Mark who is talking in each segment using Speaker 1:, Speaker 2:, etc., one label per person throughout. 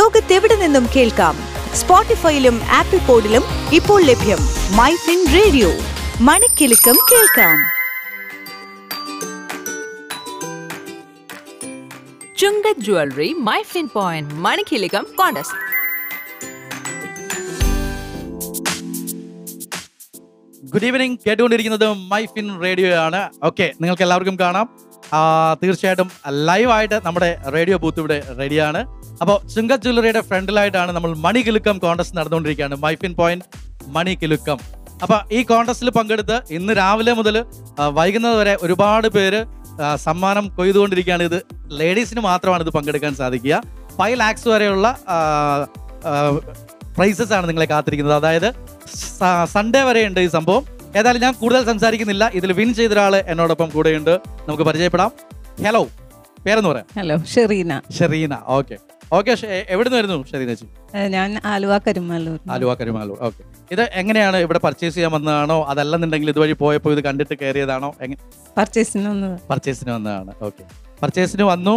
Speaker 1: ലോകത്തെവിടെ നിന്നും കേൾക്കാം സ്പോട്ടിഫൈയിലും ആപ്പിൾ പോഡിലും ഇപ്പോൾ ലഭ്യം മൈ ഫിൻ റേഡിയോ മണിക്കെലക്കം കേൾക്കാം
Speaker 2: ചുങ്ക ജ്വല്ലറി മൈഫിൻ പോയിന്റ് മണിക്കിലികം കോണ്ടസ്റ്റ്
Speaker 3: ഗുഡ് ഈവനിങ് കേട്ടുകൊണ്ടിരിക്കുന്നത് മൈഫിൻ റേഡിയോ ആണ് ഓക്കെ നിങ്ങൾക്ക് എല്ലാവർക്കും കാണാം ആ, തീർച്ചയായിട്ടും ലൈവായിട്ട് നമ്മുടെ റേഡിയോ ബൂത്ത് ഇവിടെ റെഡിയാണ് അപ്പോൾ ചുങ്ക ജ്വല്ലറിയുടെ ഫ്രണ്ടിലായിട്ടാണ് നമ്മൾ മണി കിലുക്കം കോൺടെസ്റ്റ് നടന്നുകൊണ്ടിരിക്കുകയാണ് മൈഫിൻ പോയിന്റ് മണി കിലുക്കം അപ്പോൾ ഈ കോൺടെസ്റ്റിൽ പങ്കെടുത്ത് ഇന്ന് രാവിലെ മുതൽ വൈകുന്നത് വരെ ഒരുപാട് പേര് ആ, സമ്മാനം കൊയ്തുകൊണ്ടിരിക്കുകയാണ് ഇത് ലേഡീസിന് മാത്രമാണ് ഇത് പങ്കെടുക്കാൻ സാധിക്കുക ഫൈവ് ലാക്സ് വരെയുള്ള ആ, ആ, പ്രൈസസ് ആണ് നിങ്ങളെ കാത്തിരിക്കുന്നത് അതായത് സ- സൺഡേ വരെയുണ്ട് ഈ സംഭവം ഏതായാലും ഞാൻ കൂടുതൽ സംസാരിക്കുന്നില്ല ഇതിൽ വിൻ ചെയ്ത ഒരാള് എന്നോടൊപ്പം കൂടെയുണ്ട് നമുക്ക് പരിചയപ്പെടാം ഹലോ പേരെന്ന് പറയാം
Speaker 4: hello Shereena
Speaker 3: Shereena okay okay എവിടുന്ന് വരുന്നു ഷെറീന ചേച്ചി
Speaker 4: ഏഹ് ഞാൻ ആലുവ കരുമല്ലൂർ
Speaker 3: ആലുവ കരുമാലൂർ ഓക്കെ ഇത് എങ്ങനെയാണ് ഇവിടെ പർച്ചേസ് ചെയ്യാൻ വന്നതാണോ അതല്ലെന്നുണ്ടെങ്കിൽ ഇതുവഴി പോയപ്പോൾ ഇത് കണ്ടിട്ട് കയറിയതാണോ എങ്ങനെ
Speaker 4: പർച്ചേസിന് വന്നത്
Speaker 3: പർച്ചേസിന് വന്നതാണ് ഓക്കെ പർച്ചേസിന് വന്നു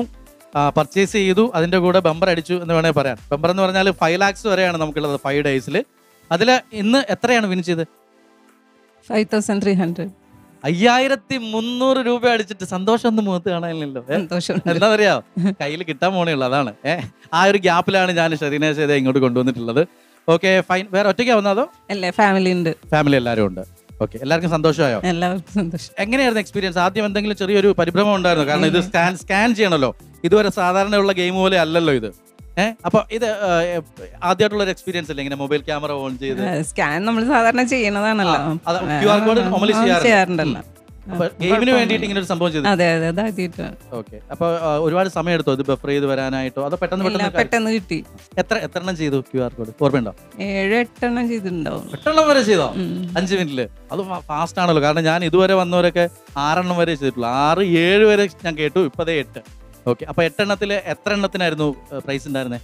Speaker 3: പർച്ചേസ് ചെയ്തു അതിന്റെ കൂടെ ബമ്പർ അടിച്ചു എന്ന് വേണേൽ പറയാം ബമ്പർ എന്ന് പറഞ്ഞാൽ ഫൈവ് ലാക്സ് വരെയാണ് നമുക്കുള്ളത് ഫൈവ് ഡേയ്സിൽ അതിൽ ഇന്ന് എത്രയാണ് വിൻ ചെയ്ത്
Speaker 4: ഫൈവ് തൗസൻഡ് ത്രീ ഹൺഡ്രഡ്
Speaker 3: അയ്യായിരത്തി മുന്നൂറ് രൂപ അടിച്ചിട്ട് സന്തോഷം ഒന്നും മുഖത്ത് കാണാനില്ലല്ലോ ഏ?
Speaker 4: സന്തോഷമുണ്ട്
Speaker 3: എന്താ പറയാ കയ്യിൽ കിട്ടാൻ പോണേ ഉള്ളു അതാണ് ഏ ആ ഒരു ഗ്യാപ്പിലാണ് ഞാൻ ഷെറീനേഷ് ചെയ്ത ഇങ്ങോട്ട് കൊണ്ടുവന്നിട്ടുള്ളത് ഓക്കെ ഫൈൻ വേറെ ഒറ്റയ്ക്കാ വന്നതോ
Speaker 4: അല്ലേ ഫാമിലി ഉണ്ട്
Speaker 3: ഫാമിലി എല്ലാവരും ഉണ്ട് ഓക്കെ എല്ലാവർക്കും സന്തോഷമായോ
Speaker 4: എല്ലാവർക്കും സന്തോഷം
Speaker 3: എങ്ങനെയായിരുന്നു എക്സ്പീരിയൻസ് ആദ്യം എന്തെങ്കിലും ചെറിയൊരു പരിഭ്രമം ഉണ്ടായിരുന്നു കാരണം ഇത് സ്കാൻ സ്കാൻ ചെയ്യണല്ലോ ഇതുവരെ സാധാരണയുള്ള ഗെയിം പോലെ അല്ലല്ലോ ഇത് ഏഹ് അപ്പൊ ഇത് ആദ്യമായിട്ടുള്ള ഒരു എക്സ്പീരിയൻസ് അല്ലേ ഇങ്ങനെ മൊബൈൽ ക്യാമറ ഓൺ ചെയ്ത്
Speaker 4: സ്കാൻ നമ്മൾ സാധാരണ ചെയ്യണതാണല്ലോ
Speaker 3: ആ, അത് QR code normally
Speaker 4: ആ,
Speaker 3: ചെയ്യാറുണ്ട്.
Speaker 4: ചെയ്യാറുണ്ടല്ലോ
Speaker 3: അപ്പൊ ഗെയിമിന് വേണ്ടിയിട്ട് ഇങ്ങനെ ഒരു സംഭവം ചെയ്തു
Speaker 4: അതെ അതെ അതാദ്യമായിട്ട്
Speaker 3: ഓക്കെ അപ്പൊ ആ, ഒരുപാട് സമയം എടുത്തോ ഇത് ബഫർ ചെയ്ത് വരാനായിട്ടോ അതോ പെട്ടെന്ന്
Speaker 4: ഇല്ല
Speaker 3: പെട്ടെന്ന് കാര്യം-
Speaker 4: പെട്ടെന്ന് കിട്ടി
Speaker 3: എത്ര എത്ര എണ്ണം ചെയ്തു ക്യു ആർ കോഡ് ഓർമ്മയുണ്ടോ
Speaker 4: ഏഴ് എട്ടെണ്ണം ചെയ്തിട്ടുണ്ടാവും
Speaker 3: എട്ടെണ്ണം വരെ ചെയ്തോ
Speaker 4: ഉം.
Speaker 3: അഞ്ച് മിനിറ്റില് അത് ഫാസ്റ്റ് ആണല്ലോ കാരണം ഞാൻ ഇതുവരെ വന്നവരൊക്കെ ആറെണ്ണം വരെ ചെയ്തിട്ടുള്ളൂ ആറ് ഏഴ് വരെ ഞാൻ കേട്ടു ഇപ്പതേ എട്ട് ഓക്കെ അപ്പൊ എട്ടെണ്ണത്തില് എത്ര എണ്ണത്തിനായിരുന്നു പ്രൈസ് ഉണ്ടായിരുന്നേ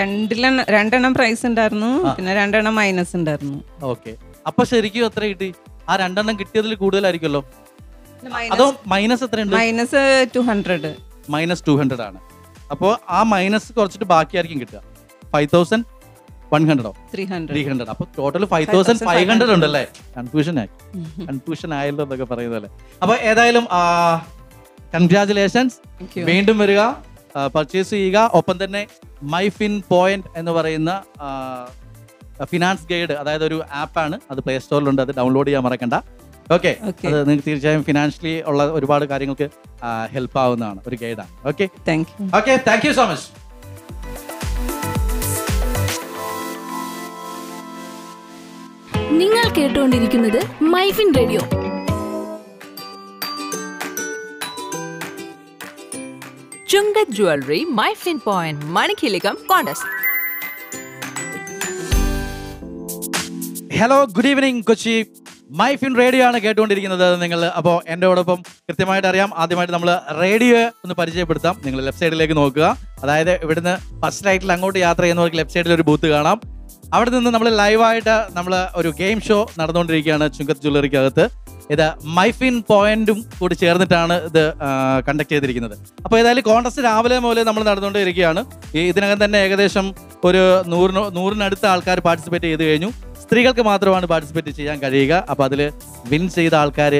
Speaker 4: രണ്ടിലെണ്ണം രണ്ടെണ്ണം പ്രൈസ് ഉണ്ടായിരുന്നു
Speaker 3: ആ.
Speaker 4: പിന്നെ രണ്ടെണ്ണം മൈനസ് ഉണ്ടായിരുന്നു
Speaker 3: ഓക്കെ അപ്പൊ ശരിക്കും എത്ര കിട്ടി ആ രണ്ടെണ്ണം കിട്ടിയതിൽ കൂടുതലായിരിക്കുമല്ലോ
Speaker 4: minus-
Speaker 3: അതോ മൈനസ് എത്രയുണ്ട്
Speaker 4: minus two hundred
Speaker 3: minus two hundred ആണ് അപ്പോൾ ആ മൈനസ് കുറച്ചിട്ട് ബാക്കിയായിരിക്കും കിട്ടുക ഫൈവ് തൗസൻഡ് വൺ ഹൺഡ്രഡോ
Speaker 4: ത്രീ
Speaker 3: ത്രീ
Speaker 4: ഹൺഡ്രഡ്
Speaker 3: ഹൺഡ്രഡ് അപ്പൊ total five thousand five hundred ഉണ്ടല്ലേ കൺഫ്യൂഷൻ ആയി
Speaker 4: ഉം.
Speaker 3: കൺഫ്യൂഷൻ ആയല്ലോ എന്നൊക്കെ പറയുന്നത് അല്ലേ അപ്പൊ ഏതായാലും കൺഗ്രാചുലേഷൻസ്
Speaker 4: Thank you.
Speaker 3: വീണ്ടും വരിക പർച്ചേസ് ചെയ്യുക ഒപ്പം തന്നെ മൈ ഫിൻ പോയിന്റ് എന്ന് പറയുന്ന ഫിനാൻസ് ഗൈഡ് അതായത് ഒരു ആപ്പാണ് അത് പ്ലേ സ്റ്റോറിലുണ്ട് അത് ഡൗൺലോഡ് ചെയ്യാൻ മറക്കണ്ട ഓക്കെ
Speaker 4: Okay.
Speaker 3: അത് നിങ്ങൾക്ക് തീർച്ചയായും ഫിനാൻഷ്യലി ഉള്ള ഒരുപാട് കാര്യങ്ങൾക്ക് ഹെൽപ്പ് ആവുന്നതാണ് ഒരു ഗൈഡാണ് okay
Speaker 4: thank you
Speaker 3: okay thank you so much
Speaker 5: നിങ്ങൾ കേട്ടുകൊണ്ടിരിക്കുന്നത് MyFin radio
Speaker 2: Chunga jewellery MyFin point മണിക്കിലികം contest
Speaker 3: hello good evening Kochi MyFin radio ആണ് കേട്ടുകൊണ്ടിരിക്കുന്നത് നിങ്ങൾ അപ്പോൾ എൻ്റെ ഒപ്പം കൃത്യമായിട്ട് അറിയാം ആദ്യമായിട്ട് നമ്മൾ റേഡിയോ ഒന്ന് പരിചയപ്പെടുത്താം നിങ്ങൾ ലെഫ്റ്റ് സൈഡിലേക്ക് നോക്കുക അതായത് ഇവിടുന്ന് ഫസ്റ്റ് ലൈറ്റിൽ അങ്ങോട്ട് യാത്ര ചെയ്യുന്നവർക്ക് ലെഫ്റ്റ് സൈഡിൽ ഒരു ബൂത്ത് കാണാം അവിടെ നിന്ന് നമ്മൾ ലൈവായിട്ട് നമ്മൾ ഒരു ഗെയിം ഷോ നടന്നുകൊണ്ടിരിക്കുകയാണ് ചുങ്കത്ത് ജ്വല്ലറിക്കകത്ത് ഇത് മൈഫിൻ പോയിന്റും കൂടി ചേർന്നിട്ടാണ് ഇത് കണ്ടക്ട് ചെയ്തിരിക്കുന്നത് അപ്പോൾ ഏതായാലും കോൺഗ്രസ് രാവിലെ മുതൽ നമ്മൾ നടന്നുകൊണ്ടിരിക്കുകയാണ് ഈ ഇതിനകം തന്നെ ഏകദേശം ഒരു നൂറിന് നൂറിനടുത്ത ആൾക്കാർ പാർട്ടിസിപ്പേറ്റ് ചെയ്ത് കഴിഞ്ഞു സ്ത്രീകൾക്ക് മാത്രമാണ് പാർട്ടിസിപ്പേറ്റ് ചെയ്യാൻ കഴിയുക അപ്പോൾ അതിൽ വിൻ ചെയ്ത ആൾക്കാർ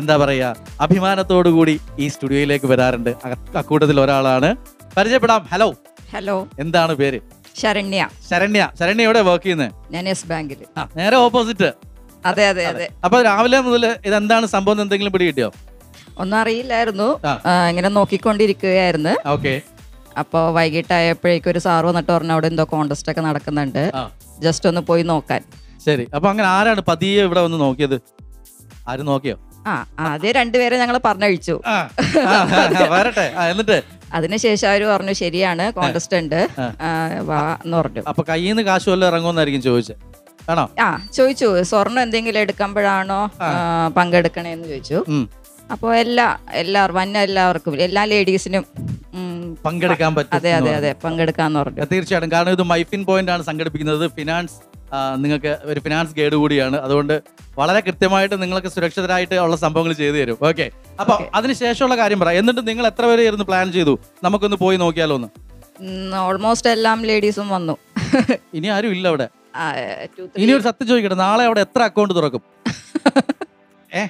Speaker 3: എന്താ പറയുക അഭിമാനത്തോടു കൂടി ഈ സ്റ്റുഡിയോയിലേക്ക് വരാറുണ്ട് അ- അക്കൂട്ടത്തിൽ ഒരാളാണ് പരിചയപ്പെടാം ഹലോ
Speaker 6: ഹലോ
Speaker 3: എന്താണ് പേര്
Speaker 6: ശരണ്യ
Speaker 3: ശരണ്യ ശരണ്യ എവിടെ വർക്ക് ചെയ്യുന്നത്
Speaker 6: ഞാൻ യെസ് ബാങ്കിൽ
Speaker 3: നേരെ ഓപ്പോസിറ്റ്
Speaker 6: അതെ അതെ അതെ
Speaker 3: അപ്പൊ രാവിലെ മുതൽ ഇതെന്താണ് സംഭവം എന്ന് എന്തെങ്കിലും പിടി കിട്ടിയോ
Speaker 6: ഒന്നും അറിയില്ലായിരുന്നു
Speaker 3: ആ.
Speaker 6: ആ, ഇങ്ങനെ നോക്കിക്കൊണ്ടിരിക്കുകയായിരുന്നു
Speaker 3: ഓക്കെ
Speaker 6: അപ്പോൾ വൈകിട്ടായപ്പോഴേക്കും ഒരു സാറ് വന്നിട്ട് പറഞ്ഞു അവിടെ എന്തോ കോൺടെസ്റ്റ് ഒക്കെ നടക്കുന്നുണ്ട്
Speaker 3: ആ.
Speaker 6: ജസ്റ്റ് ഒന്ന് പോയി നോക്കാൻ
Speaker 3: ശരി അപ്പൊ അങ്ങനെ ആരാണ് പതിയെ ഇവിടെ വന്ന് നോക്കിയത് ആരും നോക്കിയോ
Speaker 6: ആ ആദ്യം രണ്ടുപേരെ ഞങ്ങൾ പറഞ്ഞഴിച്ചു
Speaker 3: ആ, ആ, ആ, വരട്ടെ ആ, എന്നിട്ട്
Speaker 6: അതിനുശേഷം അവർ പറഞ്ഞു ശരിയാണ് കോൺടെസ്റ്റ് ഉണ്ട് ആ, വാ എന്ന് പറഞ്ഞു
Speaker 3: അപ്പൊ കയ്യിൽ നിന്ന് കാശ് വല്ലതും ഇറങ്ങുമെന്നായിരിക്കും ചോദിച്ചത് ആണോ
Speaker 6: ആ ചോദിച്ചു സ്വർണം എന്തെങ്കിലും എടുക്കുമ്പോഴാണോ ആ, പങ്കെടുക്കണേന്ന് ചോദിച്ചു
Speaker 3: ഉം.
Speaker 6: അപ്പോൾ എല്ലാ എല്ലാവർ വന്ന എല്ലാവർക്കും എല്ലാ ലേഡീസിനും ഉം,
Speaker 3: പങ്കെടുക്കാൻ പറ്റും
Speaker 6: അതെ
Speaker 3: എന്ന്
Speaker 6: അതെ
Speaker 3: പറഞ്ഞു.
Speaker 6: അതെ പങ്കെടുക്കാന്ന് പറഞ്ഞു
Speaker 3: തീർച്ചയായിട്ടും കാരണം ഇത് മൈഫിൻ പോയിന്റ് ആണ് സംഘടിപ്പിക്കുന്നത് ഫിനാൻസ് ആ, നിങ്ങൾക്ക് ഒരു ഫിനാൻസ് ഗൈഡ് കൂടിയാണ് അതുകൊണ്ട് വളരെ കൃത്യമായിട്ട് നിങ്ങൾക്ക് സുരക്ഷിതരായിട്ട് ഉള്ള സംഭവങ്ങൾ ചെയ്തു തരും ഓക്കെ അപ്പൊ അതിനുശേഷമുള്ള കാര്യം പറ എന്നിട്ട് നിങ്ങൾ എത്ര പേര് ഇരുന്ന് പ്ലാൻ ചെയ്തു നമുക്കൊന്ന് പോയി നോക്കിയാലോ ഒന്ന്
Speaker 6: ഓൾമോസ്റ്റ് എല്ലാം ലേഡീസും വന്നു
Speaker 3: ഇനി ആരും ഇല്ല അവിടെ
Speaker 6: ആ, two, three.
Speaker 3: ഇനി ഒരു സത്യം ചോദിക്കട്ടെ നാളെ അവിടെ എത്ര അക്കൗണ്ട് തുറക്കും ഏ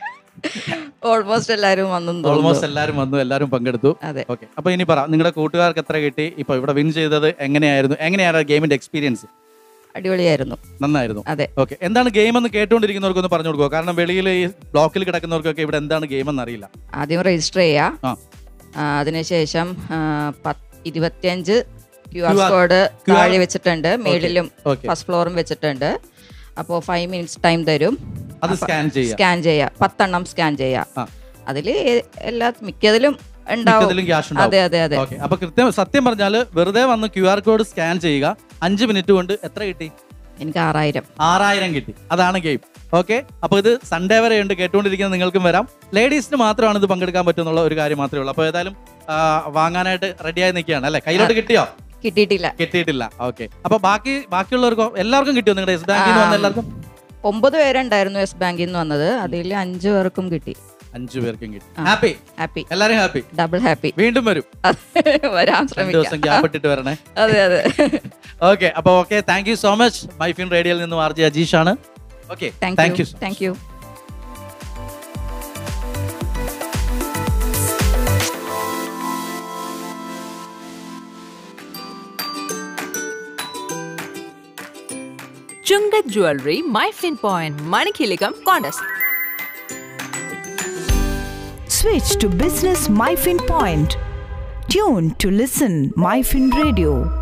Speaker 6: ഓൾമോസ്റ്റ് എല്ലാരും വന്നു
Speaker 3: ഓൾമോസ്റ്റ് എല്ലാരും വന്നു എല്ലാരും പങ്കെടുത്തു
Speaker 6: അതെ.
Speaker 3: ഓക്കെ അപ്പൊ ഇനി പറ നിങ്ങളുടെ കൂട്ടുകാർക്ക് എത്ര കിട്ടി ഇപ്പൊ ഇവിടെ വിൻ ചെയ്തത് എങ്ങനെയായിരുന്നു എങ്ങനെയാണ് ഗെയിമിന്റെ എക്സ്പീരിയൻസ്
Speaker 6: അടിപൊളിയായിരുന്നു
Speaker 3: നന്നായിരുന്നു
Speaker 6: അതെ.
Speaker 3: ഓക്കെ എന്താണ് ഗെയിം എന്ന് കേട്ടുകൊണ്ടിരിക്കുന്നവർക്ക് ഒന്ന് പറഞ്ഞു കൊടുക്കുക കാരണം വെളിയിൽ ഈ ബ്ലോക്കിൽ കിടക്കുന്നവർക്കൊക്കെ ഇവിടെ എന്താണ് ഗെയിം എന്ന് അറിയില്ല
Speaker 6: ആദ്യം രജിസ്റ്റർ ചെയ്യാം
Speaker 3: ആ.
Speaker 6: അതിനുശേഷം ആ, പത്ത്- ഇരുപത്തിയഞ്ച് Q R
Speaker 3: QR
Speaker 6: code
Speaker 3: QR
Speaker 6: താഴെ വെച്ചിട്ടുണ്ട് മേളിലും
Speaker 3: ഓക്കെ
Speaker 6: ഫസ്റ്റ് ഫ്ലോറും വെച്ചിട്ടുണ്ട് അപ്പോൾ ഫൈവ് മിനിറ്റ്സ് ടൈം തരും
Speaker 3: അത് സ്കാൻ ചെയ്യാം
Speaker 6: സ്കാൻ ചെയ്യാം പത്തെണ്ണം സ്കാൻ ചെയ്യാം
Speaker 3: ആ.
Speaker 6: അതിൽ എല്ലാ മിക്കതിലും
Speaker 3: മിക്കതിലും
Speaker 6: ഉണ്ടാവും
Speaker 3: ക്യാഷ്
Speaker 6: അതെ
Speaker 3: ഉണ്ടാവും
Speaker 6: അതെ അതെ
Speaker 3: ഓക്കെ അപ്പൊ കൃത്യം സത്യം പറഞ്ഞാല് വെറുതെ വന്ന് ക്യു ആർ കോഡ് സ്കാൻ ചെയ്യുക അഞ്ച് മിനിറ്റ് കൊണ്ട് എത്ര കിട്ടി
Speaker 6: എനിക്ക് ആറായിരം
Speaker 3: ആറായിരം കിട്ടി അതാണ് ഗെയിം ഓക്കെ അപ്പൊ ഇത് സൺഡേ വരെ ഉണ്ട് കേട്ടുകൊണ്ടിരിക്കുന്ന നിങ്ങൾക്കും വരാം ലേഡീസിന് മാത്രമാണ് ഇത് പങ്കെടുക്കാൻ പറ്റുന്നുള്ള ഒരു കാര്യം മാത്രമേ ഉള്ളൂ അപ്പൊ ഏതായാലും ആ, വാങ്ങാനായിട്ട് റെഡിയായി നിൽക്കുകയാണ് അല്ലേ കയ്യിലോട്ട് കിട്ടിയോ
Speaker 6: കിട്ടിയിട്ടില്ല
Speaker 3: കിട്ടിയിട്ടില്ല ഓക്കെ അപ്പൊ ബാക്കി ബാക്കിയുള്ളവർക്കോ എല്ലാവർക്കും കിട്ടിയോ നിങ്ങളുടെ യെസ് ബാങ്കിൽ നിന്ന് വന്ന
Speaker 6: ആ.
Speaker 3: എല്ലാവർക്കും
Speaker 6: ഒമ്പത് പേരുണ്ടായിരുന്നു യെസ് ബാങ്കിൽ നിന്ന് വന്നത് അതിൽ അഞ്ചു പേർക്കും കിട്ടി
Speaker 3: അഞ്ചു പേർക്കും കിട്ടി
Speaker 6: ആ.
Speaker 3: ഹാപ്പി
Speaker 6: ഹാപ്പി
Speaker 3: എല്ലാരും ഹാപ്പി
Speaker 6: ഡബിൾ ഹാപ്പി
Speaker 3: വീണ്ടും വരും
Speaker 6: വരാൻ
Speaker 3: രണ്ട് ദിവസം ഗ്യാപ്
Speaker 6: ശ്രമിക്കാം
Speaker 3: ഇട്ടിട്ട് വരണേ
Speaker 6: അതെ അതെ
Speaker 3: ഓക്കെ അപ്പൊ okay thank you so much MyFin റേഡിയോയിൽ നിന്ന് ആർജി അജീഷ് ആണ് okay thank
Speaker 6: thank
Speaker 3: you
Speaker 6: you thank you
Speaker 2: Chunga Jewelry, My Fin Point, Manikilakam Contest.
Speaker 1: Switch to Business MyFin Point. Tune to listen MyFin Radio.